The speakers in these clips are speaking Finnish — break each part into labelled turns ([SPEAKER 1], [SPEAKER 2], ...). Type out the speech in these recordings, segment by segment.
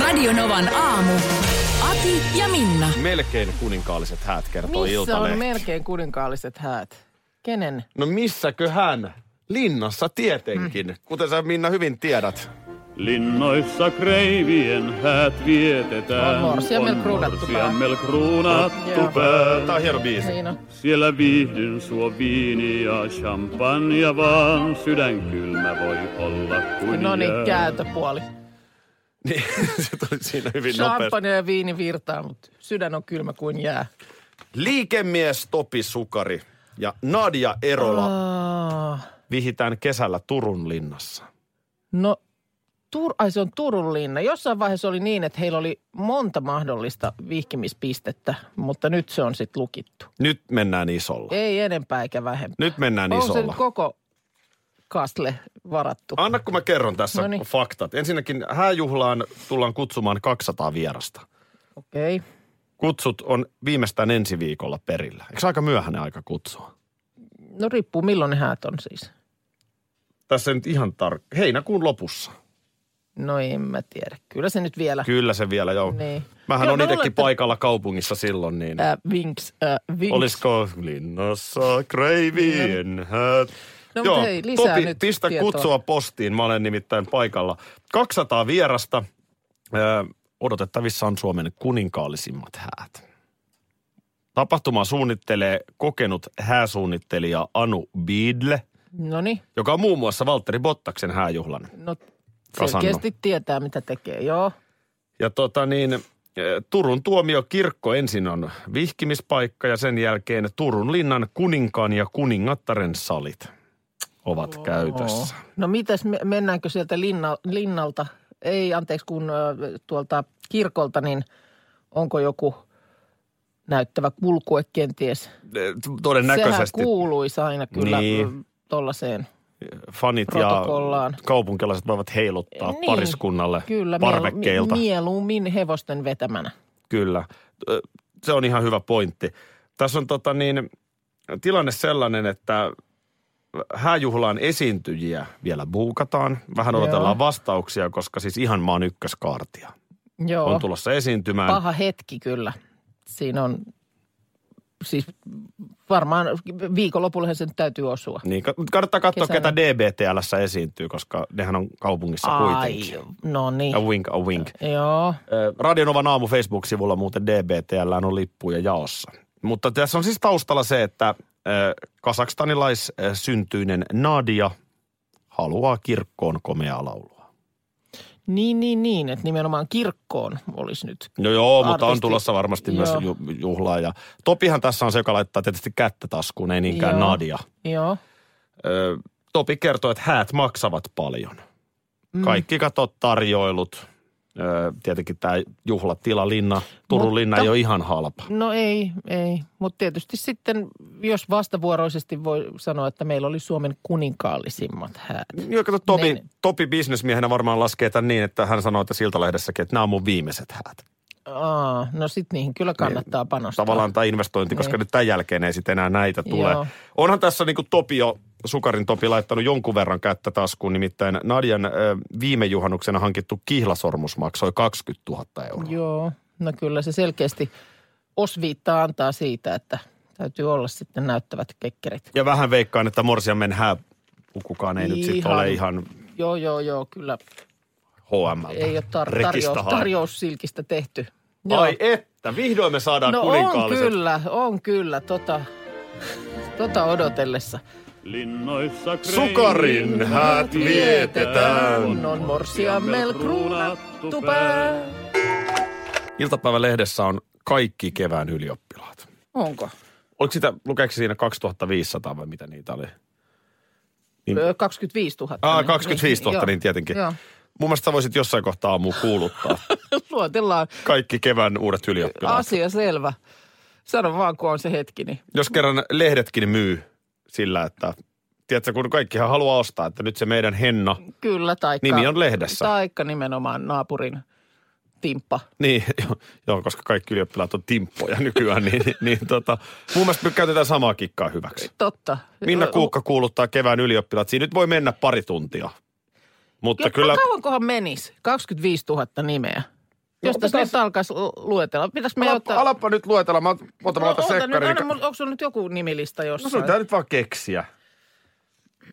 [SPEAKER 1] Radionovan aamu. Ati ja Minna.
[SPEAKER 2] Melkein kuninkaalliset häät kertoo
[SPEAKER 3] Missä
[SPEAKER 2] Iltalehti.
[SPEAKER 3] on melkein kuninkaalliset häät? Kenen?
[SPEAKER 2] No missäköhän? Linnassa tietenkin,
[SPEAKER 3] Mm.
[SPEAKER 2] kuten sä Minna hyvin tiedät.
[SPEAKER 4] Linnoissa kreivien häät vietetään.
[SPEAKER 3] On morsiamella kruunattu pää.
[SPEAKER 4] morsiammel kruunattu
[SPEAKER 3] Joo.
[SPEAKER 4] pää.
[SPEAKER 2] Tää on hieno biisi.
[SPEAKER 3] Niin on.
[SPEAKER 4] Siellä viihdyn suo viini ja champagne vaan. Sydän kylmä voi olla kuin
[SPEAKER 3] No niin,
[SPEAKER 4] jää.
[SPEAKER 3] kääntöpuoli.
[SPEAKER 2] Niin, se tuli siinä hyvin nopeasti.
[SPEAKER 3] Champagne ja viini virtaa, mutta sydän on kylmä kuin jää.
[SPEAKER 2] Liikemies Topi Sukari ja Nadia
[SPEAKER 3] Ah.
[SPEAKER 2] Erola
[SPEAKER 3] Aa,
[SPEAKER 2] vihitään kesällä Turun linnassa.
[SPEAKER 3] no, Tur- ai se on Turun linna. Jossain vaiheessa oli niin, että heillä oli monta mahdollista vihkimispistettä, mutta nyt se on sitten lukittu.
[SPEAKER 2] Nyt mennään isolla.
[SPEAKER 3] Ei enempää eikä vähempää.
[SPEAKER 2] Nyt mennään
[SPEAKER 3] E- on se
[SPEAKER 2] isolla. Ah.
[SPEAKER 3] nyt koko kasle varattu.
[SPEAKER 2] Anna kun mä kerron tässä
[SPEAKER 3] Noniin.
[SPEAKER 2] faktat. Ensinnäkin hääjuhlaan tullaan kutsumaan 200 vierasta.
[SPEAKER 3] Okei. Okay.
[SPEAKER 2] Kutsut on viimeistään ensi viikolla perillä. Eikö se aika myöhäinen aika kutsua?
[SPEAKER 3] No riippuu milloin ne häät on siis.
[SPEAKER 2] Tässä nyt ihan tarkka. Heinäkuun lopussa.
[SPEAKER 3] No en mä tiedä. Kyllä se nyt vielä.
[SPEAKER 2] Kyllä se vielä, joo.
[SPEAKER 3] Niin.
[SPEAKER 2] Mähän
[SPEAKER 3] Joo,
[SPEAKER 2] on
[SPEAKER 3] mä luulen,
[SPEAKER 2] itsekin
[SPEAKER 3] että-
[SPEAKER 2] paikalla kaupungissa silloin, niin
[SPEAKER 3] Äh, vinks, äh, vinks.
[SPEAKER 2] olisiko linnassa kreivien häät?
[SPEAKER 3] No, mut hei, lisää
[SPEAKER 2] Topi,
[SPEAKER 3] nyt
[SPEAKER 2] pistä
[SPEAKER 3] tietoa.
[SPEAKER 2] kutsua postiin, mä olen nimittäin paikalla. 200 vierasta, Ö, odotettavissa on Suomen kuninkaallisimmat häät. Tapahtuma suunnittelee kokenut hääsuunnittelija Anu Biidle,
[SPEAKER 3] Noniin.
[SPEAKER 2] joka on muun muassa Valtteri Bottaksen hääjuhlan.
[SPEAKER 3] No
[SPEAKER 2] Kasannu.
[SPEAKER 3] selkeästi tietää, mitä tekee, joo.
[SPEAKER 2] Ja tota niin, eh, Turun tuomiokirkko ensin on vihkimispaikka ja sen jälkeen Turun linnan kuninkaan ja kuningattaren salit ovat käytössä.
[SPEAKER 3] No mitäs, me- mennäänkö sieltä linna, linnalta, ei anteeksi, kun ö, tuolta kirkolta, niin onko joku näyttävä kulkue kenties?
[SPEAKER 2] Eh,
[SPEAKER 3] Sehän
[SPEAKER 2] Todennäköisesti
[SPEAKER 3] kuuluisi aina kyllä
[SPEAKER 2] Niin.
[SPEAKER 3] niin. tollaiseen.
[SPEAKER 2] fanit ja
[SPEAKER 3] protokollaan.
[SPEAKER 2] kaupunkilaiset voivat heiluttaa
[SPEAKER 3] Niin,
[SPEAKER 2] pariskunnalle
[SPEAKER 3] Kyllä, mielu-
[SPEAKER 2] parvekkeilta.
[SPEAKER 3] mi- mieluummin hevosten vetämänä.
[SPEAKER 2] Kyllä. Ö, Se on ihan hyvä pointti. Tässä on tota niin, tilanne sellainen, että hääjuhlaan esiintyjiä vielä buukataan. Vähän
[SPEAKER 3] Joo.
[SPEAKER 2] odotellaan vastauksia, koska siis ihan maan ykköskaartia
[SPEAKER 3] Joo,
[SPEAKER 2] on tulossa esiintymään.
[SPEAKER 3] paha hetki kyllä. Siinä on siis varmaan viikonlopullahan sen täytyy osua.
[SPEAKER 2] Niin, ka- kannattaa katsoa,
[SPEAKER 3] Kesällä.
[SPEAKER 2] ketä DBTLssä esiintyy, koska nehän on kaupungissa kuitenkin.
[SPEAKER 3] no niin.
[SPEAKER 2] A wink, a wink.
[SPEAKER 3] Joo.
[SPEAKER 2] Ö, Radionovan aamu Facebook-sivulla muuten DBTL on lippuja jaossa. Mutta tässä on siis taustalla se, että ö, kasakstanilaissyntyinen Nadia haluaa kirkkoon komeaa laulua.
[SPEAKER 3] Niin, niin, niin, että nimenomaan kirkkoon olisi nyt.
[SPEAKER 2] No joo, Artisti. mutta on
[SPEAKER 3] Artisti.
[SPEAKER 2] tulossa varmasti myös
[SPEAKER 3] Joo.
[SPEAKER 2] ju- juhlaa. Ja Topihan tässä on se, joka laittaa tietysti kättä taskuun, ei niinkään
[SPEAKER 3] Joo.
[SPEAKER 2] Nadia.
[SPEAKER 3] Joo.
[SPEAKER 2] Ö, Topi kertoo, että häät maksavat paljon.
[SPEAKER 3] Mm.
[SPEAKER 2] Kaikki katot tarjoilut. Ö, Tietenkin tämä juhlatila, linna, Turun
[SPEAKER 3] Mutta-
[SPEAKER 2] linna ei ole ihan halpa.
[SPEAKER 3] No ei, ei. Mutta tietysti sitten, jos vastavuoroisesti voi sanoa, että meillä oli Suomen kuninkaallisimmat häät.
[SPEAKER 2] Joo, kato, Topi,
[SPEAKER 3] Niin.
[SPEAKER 2] Topi bisnesmiehenä varmaan laskee tämän niin, että hän sanoi tässä Iltalehdessäkin, että nämä on mun viimeiset häät.
[SPEAKER 3] Aa, no sit niihin kyllä kannattaa panostaa.
[SPEAKER 2] Niin, Tavallaan tämä investointi, koska
[SPEAKER 3] Niin.
[SPEAKER 2] nyt tämän jälkeen ei sitten enää näitä tule.
[SPEAKER 3] Joo.
[SPEAKER 2] Onhan tässä niin kuin Topi jo, Sukarin Topi, laittanut jonkun verran kättä taskuun. Nimittäin Nadian ö, viime juhannuksena hankittu kihlasormus maksoi 20 000 euroa.
[SPEAKER 3] Joo, no kyllä se selkeästi osviittaa antaa siitä, että täytyy olla sitten näyttävät kekkerit.
[SPEAKER 2] Ja vähän veikkaan, että morsiamen hääpukukaan ei nyt sitten
[SPEAKER 3] Ihan.
[SPEAKER 2] ole ihan
[SPEAKER 3] Joo, joo, joo, kyllä
[SPEAKER 2] HM.
[SPEAKER 3] ei ole tar- tarjous, tarjous silkistä tehty. Joo.
[SPEAKER 2] Ai että, vihdoin me saadaan
[SPEAKER 3] No on
[SPEAKER 2] kuninkaalliset.
[SPEAKER 3] kyllä, on kyllä, tota, tota odotellessa.
[SPEAKER 4] Linnoissa kreivien
[SPEAKER 2] Sukarin häät vietetään.
[SPEAKER 3] On, on morsiammel kruunattu pää.
[SPEAKER 2] Iltapäivälehdessä on kaikki kevään ylioppilaat.
[SPEAKER 3] Onko?
[SPEAKER 2] Oliko sitä, lukeeko siinä 2500 vai mitä niitä oli?
[SPEAKER 3] Ö, 25 000.
[SPEAKER 2] Ah,
[SPEAKER 3] niin.
[SPEAKER 2] 25 000,
[SPEAKER 3] joo.
[SPEAKER 2] niin tietenkin.
[SPEAKER 3] Joo.
[SPEAKER 2] Mun mielestä sä voisit jossain kohtaa aamu kuuluttaa
[SPEAKER 3] Luotellaan.
[SPEAKER 2] kaikki kevään uudet ylioppilaat.
[SPEAKER 3] Asia selvä. Sano vaan, kun on se hetki, niin
[SPEAKER 2] Jos kerran lehdetkin myy sillä, että tiedätkö, kun kaikkihan haluaa ostaa, että nyt se meidän henna,
[SPEAKER 3] kyllä. Taikka,
[SPEAKER 2] Nimi on lehdessä.
[SPEAKER 3] Taikka nimenomaan naapurin timppa.
[SPEAKER 2] niin, jo- joo, koska kaikki ylioppilaat on timppoja nykyään, niin, niin, niin tota, mun mielestä me käytetään samaa kikkaa hyväksi.
[SPEAKER 3] Totta.
[SPEAKER 2] Minna
[SPEAKER 3] Ö,
[SPEAKER 2] Kuukka kuuluttaa kevään ylioppilaat. Siinä nyt voi mennä pari tuntia. Mutta
[SPEAKER 3] Ja
[SPEAKER 2] kyllä,
[SPEAKER 3] kyllä... kauankohan menisi? 25 000 nimeä. Jos tässä
[SPEAKER 2] pitäis-
[SPEAKER 3] nyt alkaisi lu- luetella. Pitäis me
[SPEAKER 2] No, ala,
[SPEAKER 3] ottaa...
[SPEAKER 2] alappa nyt luetella. Mä ot- otan mä otan
[SPEAKER 3] oota nyt,
[SPEAKER 2] sekkarin.
[SPEAKER 3] anna, mulla- onko sulla nyt joku nimilista
[SPEAKER 2] No niin sun
[SPEAKER 3] jossain?
[SPEAKER 2] pitää nyt vaan keksiä.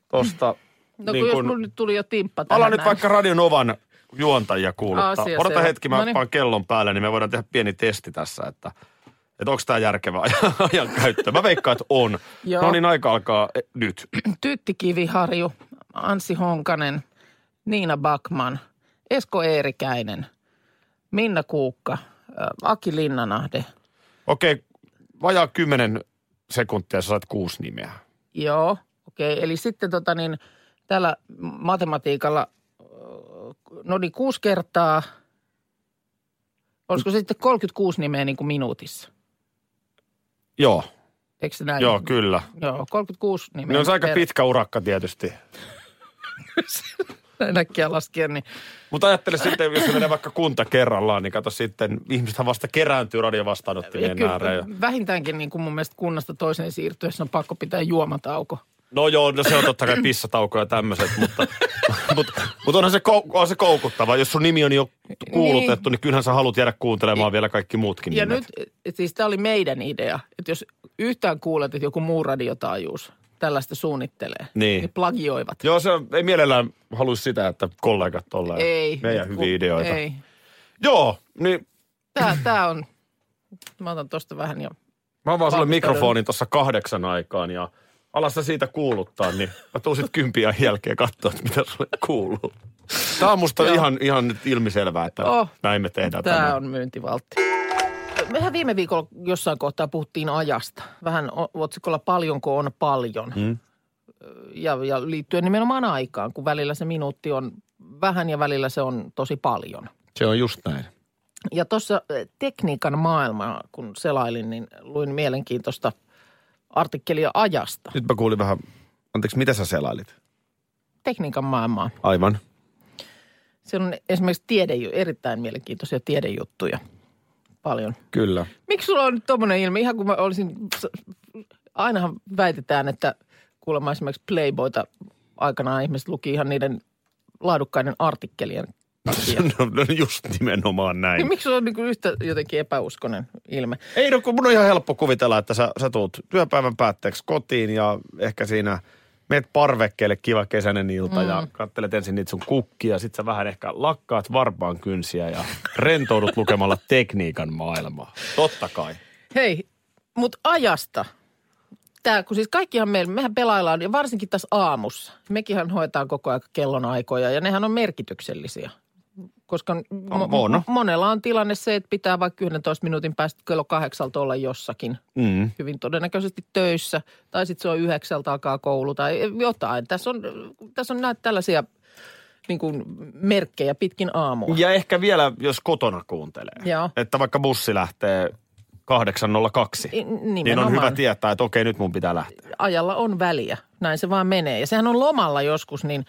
[SPEAKER 2] Tosta.
[SPEAKER 3] no kun jos mulla nyt tuli jo timppa tähän
[SPEAKER 2] niin Ala nyt
[SPEAKER 3] näin.
[SPEAKER 2] vaikka Radionovan juontajia kuuluttaa.
[SPEAKER 3] Asia No
[SPEAKER 2] Odota
[SPEAKER 3] selvä.
[SPEAKER 2] hetki, mä
[SPEAKER 3] Noniin.
[SPEAKER 2] Noniin. kellon päälle, niin me voidaan tehdä pieni testi tässä, että, että onko tämä järkevä ajan, ajan käyttö. Mä veikkaan, että on.
[SPEAKER 3] Joo.
[SPEAKER 2] No niin, aika alkaa eh, nyt.
[SPEAKER 3] Tytti Kiviharju, Ansi Honkanen, Niina Bakman, Esko Eerikäinen, Minna Kuukka, ö, Aki Linnanahde.
[SPEAKER 2] Okei, vajaa kymmenen sekuntia sä sait kuusi nimeä.
[SPEAKER 3] Joo, okei. Okay. Eli sitten tota niin, tällä matematiikalla, ö, no niin kuusi kertaa, olisiko sitten 36 nimeä niin kuin minuutissa?
[SPEAKER 2] Joo,
[SPEAKER 3] Eikö se näin?
[SPEAKER 2] joo, kyllä.
[SPEAKER 3] Joo, 36 nimeä.
[SPEAKER 2] Ne on se aika
[SPEAKER 3] per-
[SPEAKER 2] pitkä urakka tietysti.
[SPEAKER 3] Näin äkkiä laskien, niin
[SPEAKER 2] Mutta ajattele sitten, jos se menee vaikka kunta kerrallaan, niin kato sitten, ihmisethän vasta kerääntyy
[SPEAKER 3] ja
[SPEAKER 2] radiovastaanottimien ääreen.
[SPEAKER 3] kyllä,
[SPEAKER 2] ja-
[SPEAKER 3] vähintäänkin niin kuin mun mielestä kunnasta toiseen siirtyessä on pakko pitää juomatauko.
[SPEAKER 2] No joo, no se on totta kai pissataukoja ja tämmöiset, mutta, mutta, mutta onhan se, kou, on se koukuttava. Jos sun nimi on jo kuulutettu, niin, niin kyllähän sä haluat jäädä kuuntelemaan vielä kaikki muutkin
[SPEAKER 3] Ja
[SPEAKER 2] nimet.
[SPEAKER 3] nyt, et siis tämä oli meidän idea, että jos yhtään kuulet, että joku muu radiotaajuus tällaista suunnittelee,
[SPEAKER 2] Niin.
[SPEAKER 3] niin plagioivat.
[SPEAKER 2] Joo, se ei mielellään haluaisi sitä, että kollegat tolleen
[SPEAKER 3] Ei.
[SPEAKER 2] meidän
[SPEAKER 3] nyt
[SPEAKER 2] hyviä ideoita.
[SPEAKER 3] Ei.
[SPEAKER 2] Joo, niin
[SPEAKER 3] Tää, tää on, mä otan tosta vähän jo.
[SPEAKER 2] mä avaan sulle
[SPEAKER 3] Valmistaudu.
[SPEAKER 2] mikrofonin tuossa kahdeksan aikaan ja alassa siitä kuuluttaa, niin mä tuun sit kympiä jälkeen katsoa, että mitä sulle kuuluu. Tämä on musta ihan, ihan nyt ilmiselvää, että
[SPEAKER 3] Oh.
[SPEAKER 2] näin me tehdään
[SPEAKER 3] Tää
[SPEAKER 2] tänään.
[SPEAKER 3] on myyntivaltti. Mehän viime viikolla jossain kohtaa puhuttiin ajasta. Vähän o- otsikolla paljonko on paljon. Mm. Ja, ja liittyen nimenomaan aikaan, kun välillä se minuutti on vähän ja välillä se on tosi paljon.
[SPEAKER 2] Se on just näin.
[SPEAKER 3] Ja tuossa eh, tekniikan maailmaa, kun selailin, niin luin mielenkiintoista artikkelia ajasta.
[SPEAKER 2] Nyt mä kuulin vähän, anteeksi, mitä sä selailit?
[SPEAKER 3] Tekniikan maailmaa.
[SPEAKER 2] Aivan.
[SPEAKER 3] Siellä on esimerkiksi tiede, erittäin mielenkiintoisia tiedejuttuja paljon.
[SPEAKER 2] Kyllä.
[SPEAKER 3] Miksi sulla on nyt tommonen ilme? Ihan kun mä olisin, ainahan väitetään, että kuulemma esimerkiksi Playboyta aikanaan ihmiset luki ihan niiden laadukkaiden artikkelien takia.
[SPEAKER 2] No, no just nimenomaan
[SPEAKER 3] Niin
[SPEAKER 2] näin.
[SPEAKER 3] miksi sulla on niin kuin yhtä jotenkin epäuskonen ilme?
[SPEAKER 2] Ei no, kun mun on ihan helppo kuvitella, että sä, sä tuut työpäivän päätteeksi kotiin ja ehkä siinä meet parvekkeelle kiva kesäinen ilta mm. ja kattelet ensin niitä sun kukkia. Sit sä vähän ehkä lakkaat varpaan kynsiä ja rentoudut lukemalla tekniikan maailmaa. Totta kai.
[SPEAKER 3] Hei, mutta ajasta. Tää, kun siis kaikkihan meillä, mehän pelaillaan, ja varsinkin tässä aamussa. Mekinhän hoitaa koko ajan kellonaikoja, ja nehän on merkityksellisiä. Koska mo-
[SPEAKER 2] on.
[SPEAKER 3] monella on tilanne se, että pitää vaikka 11 minuutin päästä kello kahdeksalta olla jossakin.
[SPEAKER 2] Mm.
[SPEAKER 3] Hyvin todennäköisesti töissä, tai sitten se on yhdeksältä alkaa koulu tai jotain. Tässä on, tässä on näitä tällaisia niin kuin merkkejä pitkin aamua.
[SPEAKER 2] Ja ehkä vielä, jos kotona kuuntelee.
[SPEAKER 3] Joo.
[SPEAKER 2] Että vaikka bussi lähtee 8.02,
[SPEAKER 3] I-
[SPEAKER 2] niin on
[SPEAKER 3] nimenomaan.
[SPEAKER 2] hyvä tietää, että okei, nyt mun pitää lähteä.
[SPEAKER 3] ajalla on väliä. Näin se vaan menee. Ja sehän on lomalla joskus, niin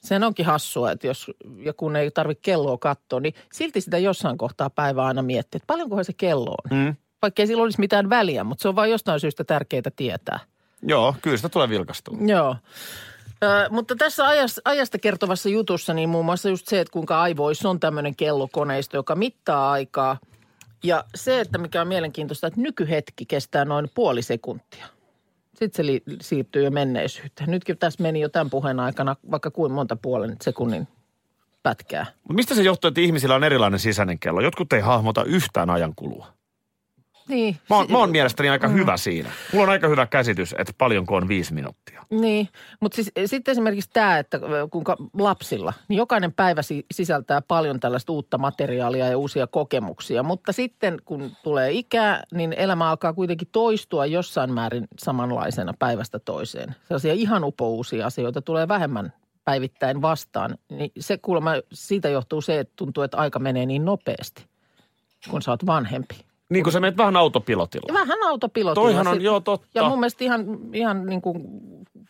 [SPEAKER 3] sehän onkin hassua, että jos ja kun ei tarvitse kelloa katsoa, niin silti sitä jossain kohtaa päivää aina miettii, että paljonkohan se kello on. Mm. Vaikka ei sillä olisi mitään väliä, mutta se on vain jostain syystä tärkeää tietää.
[SPEAKER 2] Joo, kyllä sitä tulee vilkastua.
[SPEAKER 3] Joo. Ö, mutta tässä ajasta, ajasta kertovassa jutussa niin muun muassa just se, että kuinka aivoissa on tämmöinen kellokoneisto, joka mittaa aikaa. Ja se, että mikä on mielenkiintoista, että nykyhetki kestää noin puoli sekuntia. Sitten se li- siirtyy jo menneisyyteen. Nytkin tässä meni jo tämän puheen aikana vaikka kuin monta puolen sekunnin pätkää.
[SPEAKER 2] Mutta mistä se johtuu, että ihmisillä on erilainen sisäinen kello? Jotkut ei hahmota yhtään ajan kulua.
[SPEAKER 3] Niin.
[SPEAKER 2] Mä oon, mä oon mielestäni aika
[SPEAKER 3] Mm.
[SPEAKER 2] hyvä siinä. Mulla on aika hyvä käsitys, että paljonko on viisi minuuttia.
[SPEAKER 3] Niin, mutta siis, sitten esimerkiksi tämä, että kuinka lapsilla, niin jokainen päivä si- sisältää paljon tällaista uutta materiaalia ja uusia kokemuksia. Mutta sitten kun tulee ikää, niin elämä alkaa kuitenkin toistua jossain määrin samanlaisena päivästä toiseen. Sellaisia ihan upouusia asioita tulee vähemmän päivittäin vastaan, niin se kuulemma siitä johtuu se, että tuntuu, että aika menee niin nopeasti, kun sä oot vanhempi.
[SPEAKER 2] Niin kun sä menet vähän autopilotilla.
[SPEAKER 3] Ja vähän autopilotilla.
[SPEAKER 2] Toihan on,
[SPEAKER 3] sit-
[SPEAKER 2] joo, totta.
[SPEAKER 3] Ja mun mielestä ihan, ihan niin kuin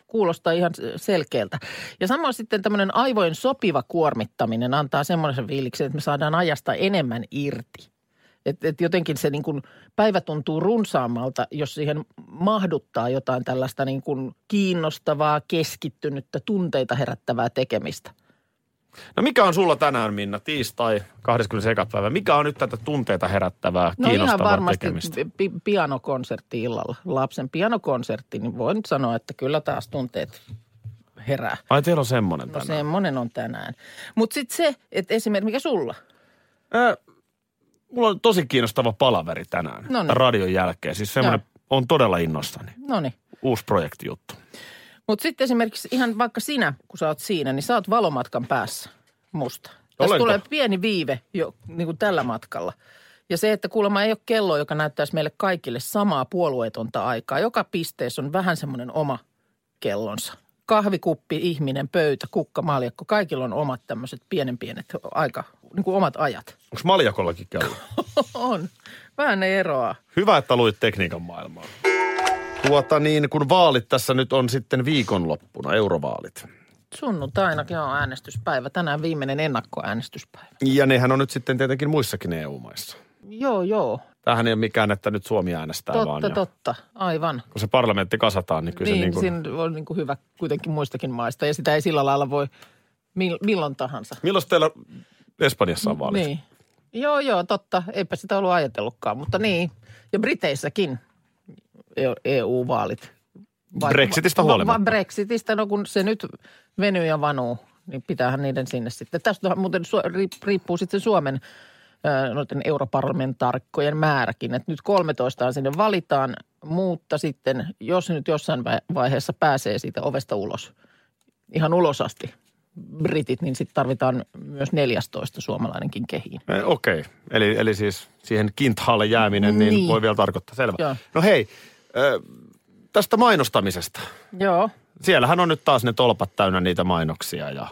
[SPEAKER 3] kuulostaa ihan selkeältä. Ja samoin sitten tämmöinen aivojen sopiva kuormittaminen antaa semmoisen fiiliksen, että me saadaan ajasta enemmän irti. Et, et jotenkin se niin kuin päivä tuntuu runsaammalta, jos siihen mahduttaa jotain tällaista niin kuin kiinnostavaa, keskittynyttä, tunteita herättävää tekemistä.
[SPEAKER 2] No mikä on sulla tänään, Minna, tiistai 21. päivä? Mikä on nyt tätä tunteita herättävää,
[SPEAKER 3] No ihan
[SPEAKER 2] kiinnostavaa
[SPEAKER 3] varmasti
[SPEAKER 2] tekemistä?
[SPEAKER 3] pi- pianokonsertti illalla, lapsen pianokonsertti, niin voin nyt sanoa, että kyllä taas tunteet herää.
[SPEAKER 2] Ai teillä on semmoinen
[SPEAKER 3] No
[SPEAKER 2] tänään.
[SPEAKER 3] semmoinen on tänään. Mutta sitten se, että esimerkiksi mikä sulla?
[SPEAKER 2] Ää, mulla on tosi kiinnostava palaveri tänään
[SPEAKER 3] No niin.
[SPEAKER 2] radion jälkeen. Siis semmoinen, on todella innoissani.
[SPEAKER 3] No niin.
[SPEAKER 2] Uusi projektijuttu.
[SPEAKER 3] Mutta sitten esimerkiksi ihan vaikka sinä, kun sä oot siinä, niin sä oot valomatkan päässä musta. Tässä
[SPEAKER 2] Olenko?
[SPEAKER 3] tulee pieni viive jo niin kuin tällä matkalla. Ja se, että kuulemma ei ole kello, joka näyttäisi meille kaikille samaa puolueetonta aikaa. Joka pisteessä on vähän semmoinen oma kellonsa. Kahvikuppi, ihminen, pöytä, kukka, maljakko. Kaikilla on omat tämmöiset pienen pienet aika, niin kuin omat ajat.
[SPEAKER 2] Onko maljakollakin kello?
[SPEAKER 3] On. Vähän ne eroaa.
[SPEAKER 2] Hyvä, että luit tekniikan maailmaa. Tuota niin, kun vaalit tässä nyt on sitten viikonloppuna, eurovaalit.
[SPEAKER 3] Sunnuntainakin on äänestyspäivä. Tänään viimeinen ennakkoäänestyspäivä.
[SPEAKER 2] Ja nehän on nyt sitten tietenkin muissakin E EU-maissa.
[SPEAKER 3] Joo, joo.
[SPEAKER 2] Tähän ei ole mikään, että nyt Suomi äänestää vaan.
[SPEAKER 3] Totta,
[SPEAKER 2] ja-
[SPEAKER 3] totta. Aivan.
[SPEAKER 2] Kun se parlamentti kasataan, niin kyllä
[SPEAKER 3] niin,
[SPEAKER 2] se niin kuin...
[SPEAKER 3] siinä on niin kuin hyvä kuitenkin muistakin maista. Ja sitä ei sillä lailla voi mil, milloin tahansa.
[SPEAKER 2] Milloin teillä Espanjassa on vaalit?
[SPEAKER 3] Niin. Joo, joo, totta. Eipä sitä ollut ajatellutkaan, mutta niin. Ja Briteissäkin E- EU-vaalit.
[SPEAKER 2] Brexitistä huolimatta.
[SPEAKER 3] Vaan Brexitistä, no kun se nyt venyy ja vanuu, niin pitäähän niiden sinne sitten. Tästä muuten su- ri- riippuu sitten Suomen ö, noiden europarlamentaarikkojen määräkin. Et nyt 13 sinne valitaan, mutta sitten jos nyt jossain vai- vaiheessa pääsee siitä ovesta ulos, ihan ulos asti britit, niin sitten tarvitaan myös 14 suomalainenkin kehiin.
[SPEAKER 2] Eh, Okei, eli, eli siis siihen kinthaalle jääminen niin,
[SPEAKER 3] Niin.
[SPEAKER 2] voi vielä tarkoittaa. Selvä.
[SPEAKER 3] Joo.
[SPEAKER 2] No hei, ö, tästä mainostamisesta.
[SPEAKER 3] Joo.
[SPEAKER 2] Siellähän on nyt taas ne tolpat täynnä niitä mainoksia ja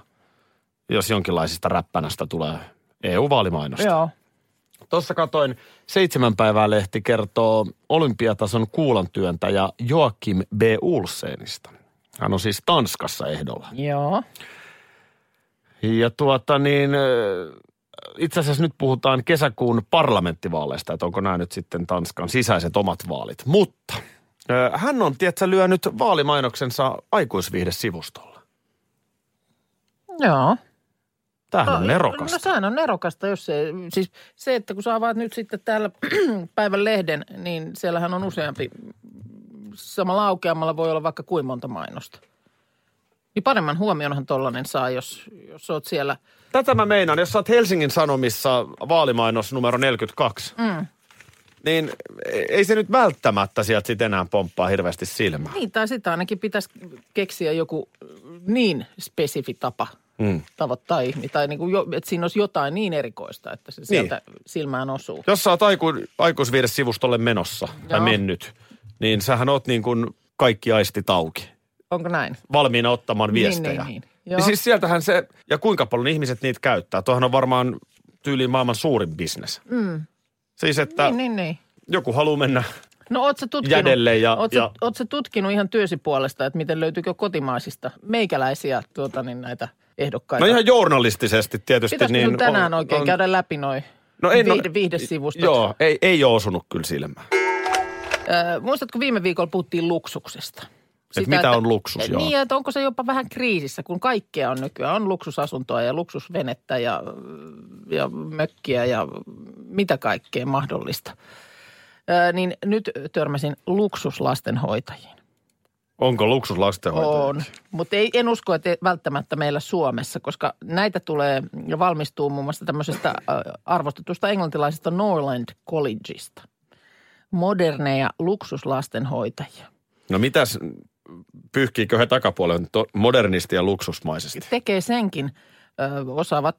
[SPEAKER 2] jos jonkinlaisista räppänästä tulee E EU-vaalimainosta.
[SPEAKER 3] Joo.
[SPEAKER 2] Tuossa katoin seitsemän päivää lehti kertoo olympiatason kuulantyöntäjä Joakim B. Ulsenista. Hän on siis Tanskassa ehdolla.
[SPEAKER 3] Joo.
[SPEAKER 2] Ja tuota niin, ö, itse asiassa nyt puhutaan kesäkuun parlamenttivaaleista, että onko nämä nyt sitten Tanskan sisäiset omat vaalit. Mutta ö, hän on, tietsä, lyönyt vaalimainoksensa aikuisviihdesivustolla.
[SPEAKER 3] Joo.
[SPEAKER 2] Tämähän on
[SPEAKER 3] No
[SPEAKER 2] nerokasta.
[SPEAKER 3] sehän on nerokasta, jos se, siis se, että kun sä avaat nyt sitten täällä päivän lehden, niin siellähän on useampi, samalla aukeamalla voi olla vaikka kuinka monta mainosta. Niin paremman huomionhan tollanen saa, jos, jos oot siellä.
[SPEAKER 2] Tätä mä meinaan, jos sä oot Helsingin Sanomissa vaalimainos numero 42,
[SPEAKER 3] Mm.
[SPEAKER 2] niin ei se nyt välttämättä sieltä sit enää pomppaa hirveästi silmään.
[SPEAKER 3] Niin, tai sitä ainakin pitäisi keksiä joku niin spesifi tapa
[SPEAKER 2] Mm.
[SPEAKER 3] tavoittaa ihmi, tai niin kuin jo, että siinä olisi jotain niin erikoista, että se sieltä silmään osuu.
[SPEAKER 2] Jos sä oot aiku, aikuisviihdesivustolle menossa tai
[SPEAKER 3] Joo.
[SPEAKER 2] mennyt, niin sähän oot niin kuin kaikki aistit auki.
[SPEAKER 3] Onko näin?
[SPEAKER 2] valmiina ottamaan
[SPEAKER 3] Niin,
[SPEAKER 2] viestejä.
[SPEAKER 3] niin, niin. Joo.
[SPEAKER 2] niin siis sieltähän se, ja kuinka paljon ihmiset niitä käyttää. Tuohan on varmaan tyyliin maailman suurin bisnes. Mm. Siis että
[SPEAKER 3] Niin,
[SPEAKER 2] niin, niin.
[SPEAKER 3] niin, niin.
[SPEAKER 2] joku haluaa mennä,
[SPEAKER 3] No oot sä tutkinut,
[SPEAKER 2] Jädelle ja-
[SPEAKER 3] oot,
[SPEAKER 2] ja-
[SPEAKER 3] Sä, oot sä tutkinut ihan työsi puolesta, että miten löytyykö kotimaisista meikäläisiä tuota, niin näitä ehdokkaita?
[SPEAKER 2] no ihan journalistisesti tietysti.
[SPEAKER 3] Pitäisikö
[SPEAKER 2] niin
[SPEAKER 3] sun tänään on, oikein on, käydä läpi noin
[SPEAKER 2] No
[SPEAKER 3] no
[SPEAKER 2] en oo-
[SPEAKER 3] viihde, viihdesivustot?
[SPEAKER 2] Joo, ei, ei ole osunut kyllä silmään.
[SPEAKER 3] Ö, Äh, muistatko viime viikolla puhuttiin luksuksesta?
[SPEAKER 2] mitä on luksus, joo.
[SPEAKER 3] Niin, että onko se jopa vähän kriisissä, kun kaikkea on nykyään. On luksusasuntoa ja luksusvenettä ja, ja mökkiä ja mitä kaikkea mahdollista. Ö, niin nyt törmäsin luksuslastenhoitajiin.
[SPEAKER 2] Onko luksus lastenhoitaja?
[SPEAKER 3] On, mutta ei, en usko, että välttämättä meillä Suomessa, koska näitä tulee ja valmistuu muun muassa tämmöisestä äh, arvostetusta englantilaisesta Norland Collegeista. Moderneja luksuslastenhoitajia.
[SPEAKER 2] No mitäs, pyyhkiikö he takapuolen to- modernisti ja luksusmaisesti?
[SPEAKER 3] Tekee senkin, ö, osaavat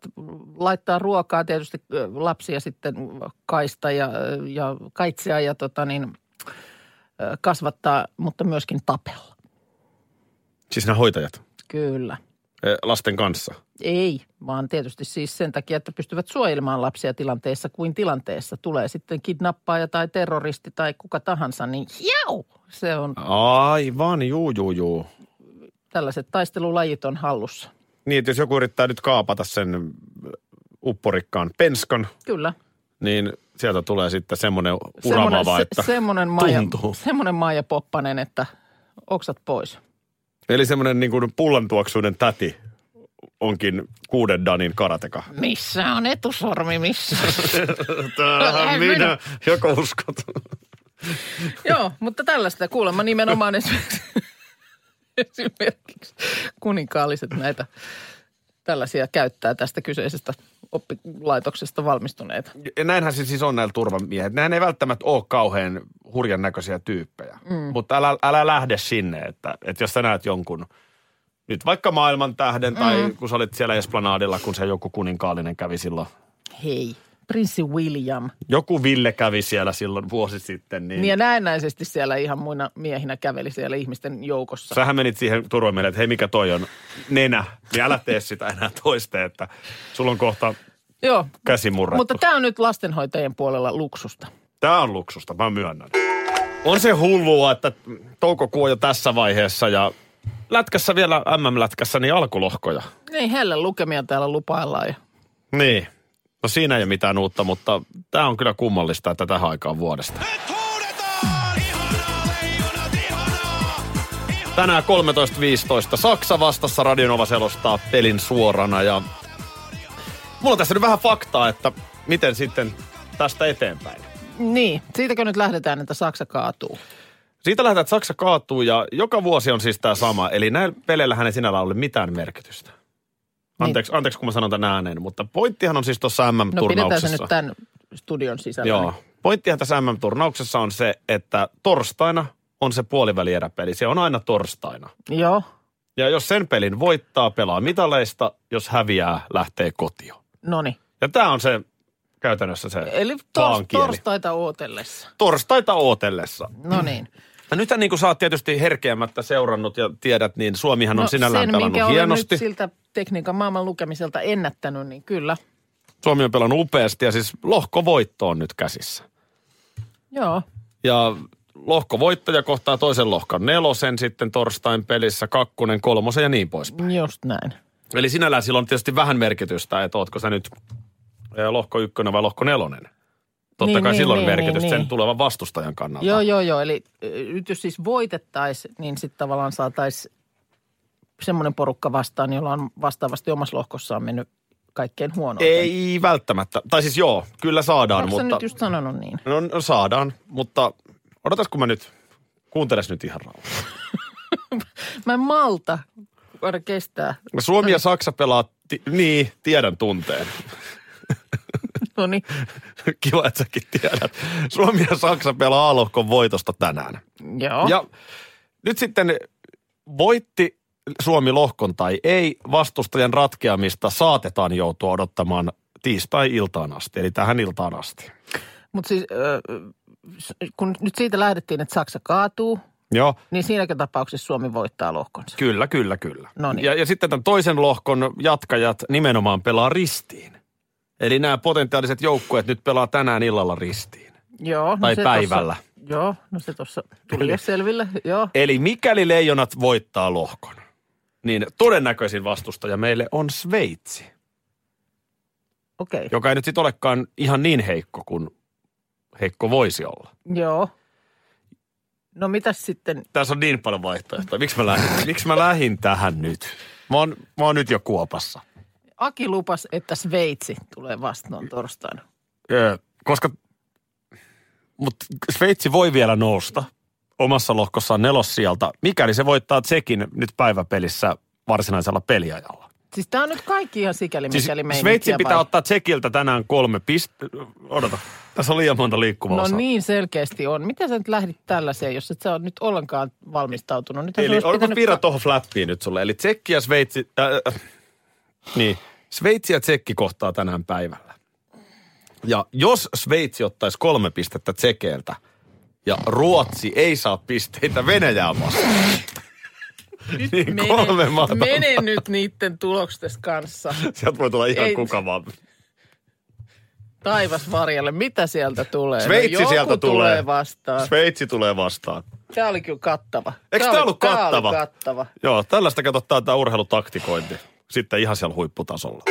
[SPEAKER 3] laittaa ruokaa tietysti ö, lapsia sitten kaista ja, ö, ja kaitsea ja tota niin, ö, kasvattaa, mutta myöskin tapella.
[SPEAKER 2] Siis nämä hoitajat.
[SPEAKER 3] Kyllä.
[SPEAKER 2] ö, lasten kanssa?
[SPEAKER 3] Ei, vaan tietysti siis sen takia, että pystyvät suojelemaan lapsia tilanteessa kuin tilanteessa. Tulee sitten kidnappaaja tai terroristi tai kuka tahansa, niin jau! Se on,
[SPEAKER 2] Aivan, juu, juu, juu.
[SPEAKER 3] tällaiset taistelulajit on hallussa.
[SPEAKER 2] Niin, että jos joku yrittää nyt kaapata sen eh, upporikkaan penskan,
[SPEAKER 3] Kyllä.
[SPEAKER 2] niin sieltä tulee sitten semmoinen uramava,
[SPEAKER 3] Semmoinen,
[SPEAKER 2] että
[SPEAKER 3] se, semmoinen, Maija,
[SPEAKER 2] tuntuu.
[SPEAKER 3] semmoinen Maija Poppanen, että oksat pois.
[SPEAKER 2] Eli semmoinen niin kuin pullantuoksuinen täti onkin kuuden danin karateka.
[SPEAKER 3] Missä on etusormi, missä?
[SPEAKER 2] Tämähän
[SPEAKER 3] Ähän minä. minä.
[SPEAKER 2] joko uskot.
[SPEAKER 3] Joo, mutta tällaista kuulemma nimenomaan esimerkiksi, esimerkiksi kuninkaalliset näitä tällaisia käyttää tästä kyseisestä oppilaitoksesta valmistuneita.
[SPEAKER 2] Ja näinhän se siis on näillä turvamiehet. Nehän ei välttämättä ole kauhean hurjan näköisiä tyyppejä. Mm. Mutta älä, älä lähde sinne, että, että jos sä näet jonkun, nyt vaikka maailman tähden, tai
[SPEAKER 3] Mm.
[SPEAKER 2] kun sä olit siellä Esplanadilla, kun se joku kuninkaallinen kävi silloin.
[SPEAKER 3] Hei. Prinssi William.
[SPEAKER 2] Joku Ville kävi siellä silloin vuosi sitten, niin...
[SPEAKER 3] Niin ja näennäisesti siellä ihan muina miehinä käveli siellä ihmisten joukossa.
[SPEAKER 2] Sähän menit siihen turvamielelle, että hei mikä toi on nenä, niin älä tee sitä enää toiste, että sulla on kohta
[SPEAKER 3] Joo.
[SPEAKER 2] käsi murrettu.
[SPEAKER 3] Mutta tämä on nyt lastenhoitajien puolella luksusta.
[SPEAKER 2] Tämä on luksusta, mä myönnän. On se hullua, että toukokuu on jo tässä vaiheessa ja lätkässä vielä MM-lätkässä niin alkulohkoja.
[SPEAKER 3] Niin, helle lukemia täällä lupaillaan. Ja...
[SPEAKER 2] Niin. No siinä ei ole mitään uutta, mutta tämä on kyllä kummallista, että tähän aikaan vuodesta.
[SPEAKER 5] Nyt huudetaan! Ihanaa, leijonat, ihanaa!
[SPEAKER 2] Tänään 13.15 Saksa vastassa Radionova selostaa pelin suorana ja mulla on tässä nyt vähän faktaa, että miten sitten tästä eteenpäin.
[SPEAKER 3] Niin, siitäkö nyt lähdetään, että Saksa kaatuu?
[SPEAKER 2] Siitä lähdetään, että Saksa kaatuu ja joka vuosi on siis tämä sama. Eli näillä peleillähän ei sinällä ole mitään merkitystä.
[SPEAKER 3] Niin.
[SPEAKER 2] Anteeksi, anteeksi kun mä sanon tämän ääneen, mutta pointtihan on siis tuossa
[SPEAKER 3] No pidetään se
[SPEAKER 2] MM-turnauksessa.
[SPEAKER 3] nyt tämän studion sisällä.
[SPEAKER 2] Joo. Pointtihan tässä MM-turnauksessa on se, että torstaina on se puolivälieräpeli. Se on aina torstaina.
[SPEAKER 3] Niin. Joo.
[SPEAKER 2] Ja jos sen pelin voittaa, pelaa mitaleista. Jos häviää, lähtee kotio.
[SPEAKER 3] Noniin.
[SPEAKER 2] Ja tämä on se käytännössä se
[SPEAKER 3] Eli tors,
[SPEAKER 2] paankieli.
[SPEAKER 3] torstaita ootellessa.
[SPEAKER 2] torstaita ootellessa.
[SPEAKER 3] No niin.
[SPEAKER 2] No nythän niin kuin sä oot tietysti herkeämättä seurannut ja tiedät, niin Suomihan on
[SPEAKER 3] no,
[SPEAKER 2] sinällään
[SPEAKER 3] sen, minkä
[SPEAKER 2] pelannut
[SPEAKER 3] olen
[SPEAKER 2] hienosti.
[SPEAKER 3] nyt siltä tekniikan maailman lukemiselta ennättänyt, niin kyllä.
[SPEAKER 2] Suomi on pelannut upeasti ja siis lohkovoitto on nyt käsissä.
[SPEAKER 3] Joo.
[SPEAKER 2] Ja lohkovoittaja kohtaa toisen lohkan nelosen sitten torstain pelissä, kakkonen, kolmosen ja niin poispäin.
[SPEAKER 3] Just näin.
[SPEAKER 2] Eli sinällään sillä on tietysti vähän merkitystä, että ootko sä nyt eh, lohko ykkönen vai lohko nelonen. Totta
[SPEAKER 3] Niin,
[SPEAKER 2] kai
[SPEAKER 3] niin,
[SPEAKER 2] silloin on
[SPEAKER 3] niin,
[SPEAKER 2] merkitystä
[SPEAKER 3] niin,
[SPEAKER 2] sen
[SPEAKER 3] niin.
[SPEAKER 2] tulevan vastustajan kannalta.
[SPEAKER 3] Joo, joo, joo. Eli ö, nyt jos siis voitettaisiin, niin sitten tavallaan saataisiin semmoinen porukka vastaan, jolla on vastaavasti omassa lohkossaan mennyt kaikkein huonoiten.
[SPEAKER 2] Ei välttämättä. Tai siis joo, kyllä saadaan,
[SPEAKER 3] Onko sä
[SPEAKER 2] mutta...
[SPEAKER 3] nyt just sanonut niin?
[SPEAKER 2] No, no saadaan, mutta odotas kun mä nyt, kuunteles nyt ihan rauhassa.
[SPEAKER 3] Mä en malta voida kestää.
[SPEAKER 2] Suomi ja Saksa pelaa, ti- niin, tiedän tunteen.
[SPEAKER 3] No niin,
[SPEAKER 2] Kiva, että säkin tiedät. Suomi ja Saksa pelaa alohkon voitosta tänään.
[SPEAKER 3] joo.
[SPEAKER 2] Ja nyt sitten voitti Suomi lohkon tai ei, vastustajan ratkeamista saatetaan joutua odottamaan tiistai-iltaan asti, eli tähän iltaan asti.
[SPEAKER 3] Mutta siis ö, s- kun nyt siitä lähdettiin, että Saksa kaatuu,
[SPEAKER 2] Joo,
[SPEAKER 3] niin siinäkö tapauksessa Suomi voittaa lohkonsa?
[SPEAKER 2] kyllä, kyllä, kyllä.
[SPEAKER 3] No niin.
[SPEAKER 2] Ja, ja sitten tämän toisen lohkon jatkajat nimenomaan pelaa ristiin. Eli nämä potentiaaliset joukkueet nyt pelaa tänään illalla ristiin.
[SPEAKER 3] Joo. No
[SPEAKER 2] Tai
[SPEAKER 3] se
[SPEAKER 2] päivällä.
[SPEAKER 3] Tossa, joo, no se tuossa tuli jo selville, joo.
[SPEAKER 2] Eli mikäli leijonat voittaa lohkon, niin todennäköisin vastustaja meille on Sveitsi,
[SPEAKER 3] Okei, okay.
[SPEAKER 2] joka ei nyt sitten olekaan ihan niin heikko kuin heikko voisi olla.
[SPEAKER 3] joo. No mitäs sitten,
[SPEAKER 2] Tässä on niin paljon vaihtoehtoja. Miksi mä lähdin, miksi mä lähdin tähän nyt? Mä oon, mä oon nyt jo kuopassa.
[SPEAKER 3] Aki lupas, että Sveitsi tulee vastaan torstaina.
[SPEAKER 2] Öö, koska, mutta Sveitsi voi vielä nousta omassa lohkossaan nelos sieltä, mikäli se voittaa Tsekin nyt päiväpelissä varsinaisella peliajalla.
[SPEAKER 3] Siis tää on nyt kaikki ihan sikäli,
[SPEAKER 2] Siis
[SPEAKER 3] mikäli meininkiä
[SPEAKER 2] Sveitsin pitää
[SPEAKER 3] vai?
[SPEAKER 2] ottaa Tsekiltä tänään kolme pist- Odota, tässä on liian monta
[SPEAKER 3] No
[SPEAKER 2] liikkumaa.
[SPEAKER 3] niin selkeästi on. Miten sä nyt lähdit tällaiseen, jos et sä ole nyt ollenkaan valmistautunut? Nyt
[SPEAKER 2] Eli onko piirrä tuohon fläppiin nyt sulle? Eli Tsekki ja Sveitsi... Äh, äh, niin, Sveitsi ja Tsekki kohtaa tänään päivällä. Ja jos Sveitsi ottaisi kolme pistettä Tsekeeltä, ja Ruotsi ei saa pisteitä Venäjää vastaan,
[SPEAKER 3] Nyt
[SPEAKER 2] Niin, kolme maata.
[SPEAKER 3] mene nyt niiden tuloksten kanssa
[SPEAKER 2] Sieltä voi tulla ihan
[SPEAKER 3] Ei. No
[SPEAKER 2] kuka vaan.
[SPEAKER 3] taivas varjalle. Mitä sieltä tulee? No
[SPEAKER 2] Sveitsi
[SPEAKER 3] joku
[SPEAKER 2] sieltä tulee.
[SPEAKER 3] tulee. vastaan.
[SPEAKER 2] Sveitsi tulee vastaan.
[SPEAKER 3] Tämä oli kyllä kattava.
[SPEAKER 2] Eikö tää ollut kattava?
[SPEAKER 3] Tämä oli kattava.
[SPEAKER 2] Joo, tällaista katsotaan tämä urheilutaktikointi. Sitten ihan siellä huipputasolla.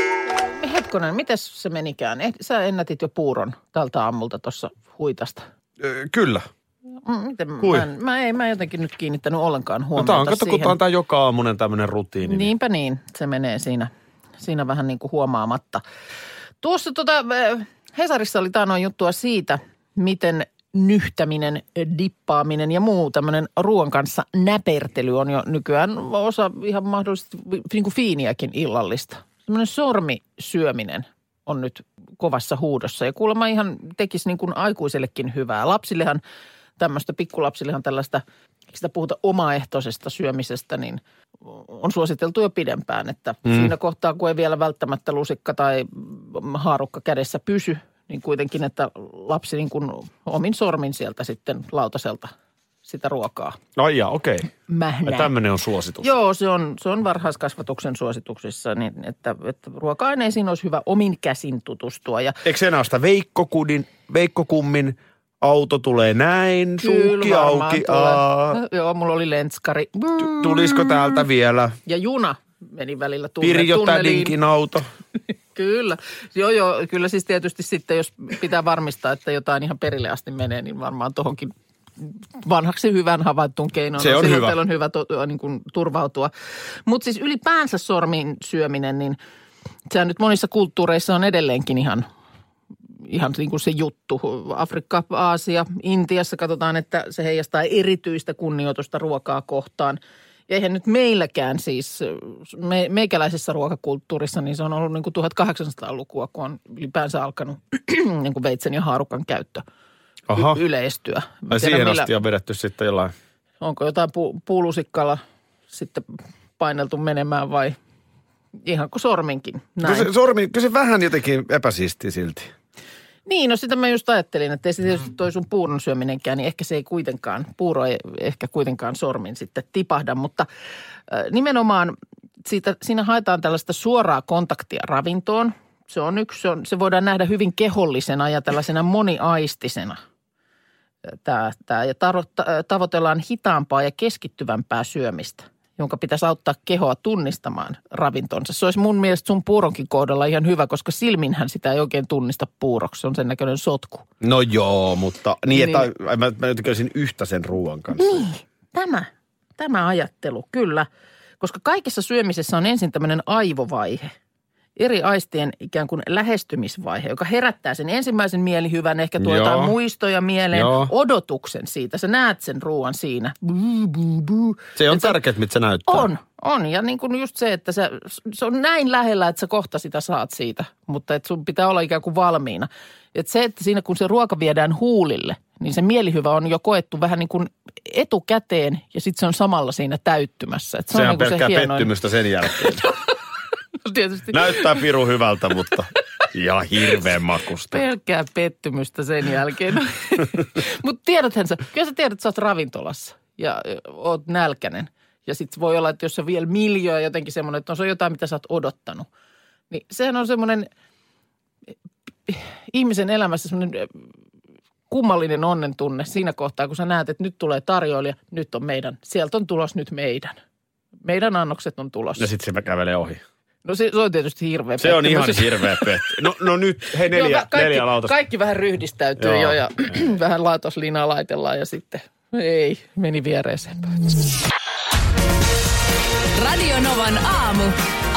[SPEAKER 3] Hetkonen, mites se menikään? Eh, sä ennätit jo puuron tältä ammulta tuossa huitasta.
[SPEAKER 2] Ö, Kyllä.
[SPEAKER 3] Mm, Miten?
[SPEAKER 2] Kui?
[SPEAKER 3] Mä, en, mä, ei, mä en jotenkin nyt kiinnittänyt ollenkaan
[SPEAKER 2] No
[SPEAKER 3] huomiota
[SPEAKER 2] tää on, kato, kun
[SPEAKER 3] siihen.
[SPEAKER 2] tää on tää joka aamunen tämmönen rutiini. Niin.
[SPEAKER 3] Niinpä niin, se menee siinä, siinä vähän niin kuin huomaamatta. Tuossa tota, äh, Hesarissa oli taanoin juttua siitä, miten nyhtäminen, äh, dippaaminen ja muu tämmöinen ruoan kanssa näpertely on jo nykyään osa ihan mahdollisesti vi- niin kuin fiiniäkin illallista. Semmoinen sormisyöminen on nyt kovassa huudossa ja kuulemma ihan tekisi niin kuin aikuisellekin hyvää. Lapsillehan tämmöistä, pikkulapsillehan tällaista, eikö sitä puhuta omaehtoisesta syömisestä, niin on suositeltu jo pidempään, että mm. siinä kohtaa, kun ei vielä välttämättä lusikka tai mm, haarukka kädessä pysy, niin kuitenkin, että lapsi niin kuin omin sormin sieltä sitten lautaselta sitä ruokaa
[SPEAKER 2] Ai jaa, okei. Ja
[SPEAKER 3] mähnää.
[SPEAKER 2] tämmönen on suositus.
[SPEAKER 3] Joo, se on, se on varhaiskasvatuksen suosituksissa, niin että, että ruoka-aineisiin olisi hyvä omin käsin tutustua. Ja
[SPEAKER 2] Eikö se enää ole sitä Veikkokudin, Veikkokummin, auto tulee näin, suukki
[SPEAKER 3] kyllä varmaan
[SPEAKER 2] auki,
[SPEAKER 3] tulee. Mm. No,
[SPEAKER 2] aa,
[SPEAKER 3] Joo, mulla oli lenskari.
[SPEAKER 2] tulisiko täältä vielä?
[SPEAKER 3] Ja juna meni välillä tunne,
[SPEAKER 2] Pirjo
[SPEAKER 3] tunneliin.
[SPEAKER 2] Tädinkin auto.
[SPEAKER 3] Kyllä. Joo, joo. Kyllä siis tietysti sitten, jos pitää varmistaa, että jotain ihan perille asti menee, niin varmaan tuohonkin vanhaksi hyvän havaittuun keinoon.
[SPEAKER 2] Se on
[SPEAKER 3] Silloin
[SPEAKER 2] hyvä.
[SPEAKER 3] teillä on hyvä to, niin kuin turvautua. Mutta siis ylipäänsä sormin syöminen, niin sehän nyt monissa kulttuureissa on edelleenkin ihan ihan niin kuin se juttu. Afrikka, Aasia, Intiassa katsotaan, että se heijastaa erityistä kunnioitusta ruokaa kohtaan. Ja eihän nyt meilläkään siis, me, meikäläisessä ruokakulttuurissa, niin se on ollut niin kuin 1800-lukua, kun on ylipäänsä alkanut niin kuin veitsen ja haarukan käyttö y-
[SPEAKER 2] Aha.
[SPEAKER 3] yleistyä. Mä
[SPEAKER 2] Ai
[SPEAKER 3] en tiedä,
[SPEAKER 2] siihen
[SPEAKER 3] millä-
[SPEAKER 2] asti on vedetty sitten jollain.
[SPEAKER 3] onko jotain pu- puulusikkalla sitten paineltu menemään vai ihan kuin sorminkin. Näin.
[SPEAKER 2] Kyllä se, sormi, kyllä se vähän jotenkin epäsiisti silti.
[SPEAKER 3] Niin, no sitä mä just ajattelin, että ei se tietysti toi sun puuron syöminenkään, niin ehkä se ei kuitenkaan, puuro ei ehkä kuitenkaan sormin sitten tipahda, mutta äh, nimenomaan siitä, siinä haetaan tällaista suoraa kontaktia ravintoon. Se on yksi, se, on, se voidaan nähdä hyvin kehollisena ja tällaisena moniaistisena. Tää, tää, ja taro, ta, tavoitellaan hitaampaa ja keskittyvämpää syömistä, jonka pitäisi auttaa kehoa tunnistamaan ravintonsa. Se olisi mun mielestä sun puuronkin kohdalla ihan hyvä, koska silminhän sitä ei oikein tunnista puuroksi. Se on sen näköinen sotku.
[SPEAKER 2] No joo, mutta niin,
[SPEAKER 3] Niin.
[SPEAKER 2] että ai, mä, mä jotenkin olisin yhtä sen ruoan kanssa. Niin.
[SPEAKER 3] Tämä, tämä ajattelu, kyllä. Koska kaikessa syömisessä on ensin tämmöinen aivovaihe, eri aistien ikään kuin lähestymisvaihe, joka herättää sen ensimmäisen mielihyvän, ehkä tuo
[SPEAKER 2] Joo.
[SPEAKER 3] jotain muistoja mieleen,
[SPEAKER 2] Joo.
[SPEAKER 3] odotuksen siitä. Sä näet sen ruoan siinä. Buu, buu, buu.
[SPEAKER 2] Se on
[SPEAKER 3] Et sä-
[SPEAKER 2] tärkeää, mitä se näyttää.
[SPEAKER 3] On, on. Ja niin kuin just se, että sä, se on näin lähellä, että sä kohta sitä saat siitä, mutta että sun pitää olla ikään kuin valmiina. Et se, että siinä kun se ruoka viedään huulille, niin se mielihyvä on jo koettu vähän niin kuin etukäteen ja sitten se on samalla siinä täyttymässä. Et se
[SPEAKER 2] Sehän
[SPEAKER 3] on niin kuin
[SPEAKER 2] pelkkää
[SPEAKER 3] se hienoin- No
[SPEAKER 2] pettymystä sen jälkeen.
[SPEAKER 3] Tietysti
[SPEAKER 2] Näyttää piru hyvältä, mutta ihan hirveän makusta.
[SPEAKER 3] pelkkää pettymystä sen jälkeen. mutta tiedäthän sä, kyllä sä tiedät, että sä oot ravintolassa ja ö, oot nälkäinen. Ja sitten voi olla, että jos se vielä miljöä jotenkin semmoinen, että no se on jotain, mitä sä oot odottanut. Niin sehän on semmoinen ihmisen elämässä semmoinen ö, kummallinen onnen tunne siinä kohtaa, kun sä näet, että nyt tulee tarjoilija, nyt on meidän, sieltä on tulos nyt meidän. Meidän annokset on tulossa.
[SPEAKER 2] Ja sitten se kävelee ohi. siis-
[SPEAKER 3] No se, se on tietysti hirveä
[SPEAKER 2] Se on ihan
[SPEAKER 3] pettymys.
[SPEAKER 2] hirveä pettymys. No, no nyt, hei neljä,
[SPEAKER 3] Joo, ka- kaikki,
[SPEAKER 2] neljä lautasta.
[SPEAKER 3] Kaikki vähän ryhdistäytyy
[SPEAKER 2] Joo.
[SPEAKER 3] Joo. jo ja vähän laatosliinaa laitellaan ja sitten ei, meni viereeseen.
[SPEAKER 1] Radio Novan aamu.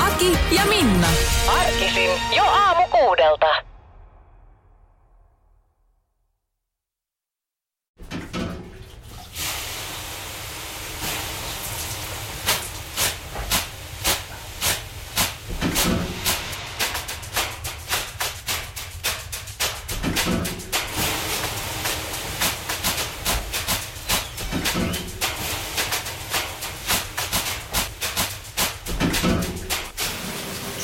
[SPEAKER 1] Aki ja Minna.
[SPEAKER 6] Arkisin jo aamu kuudelta.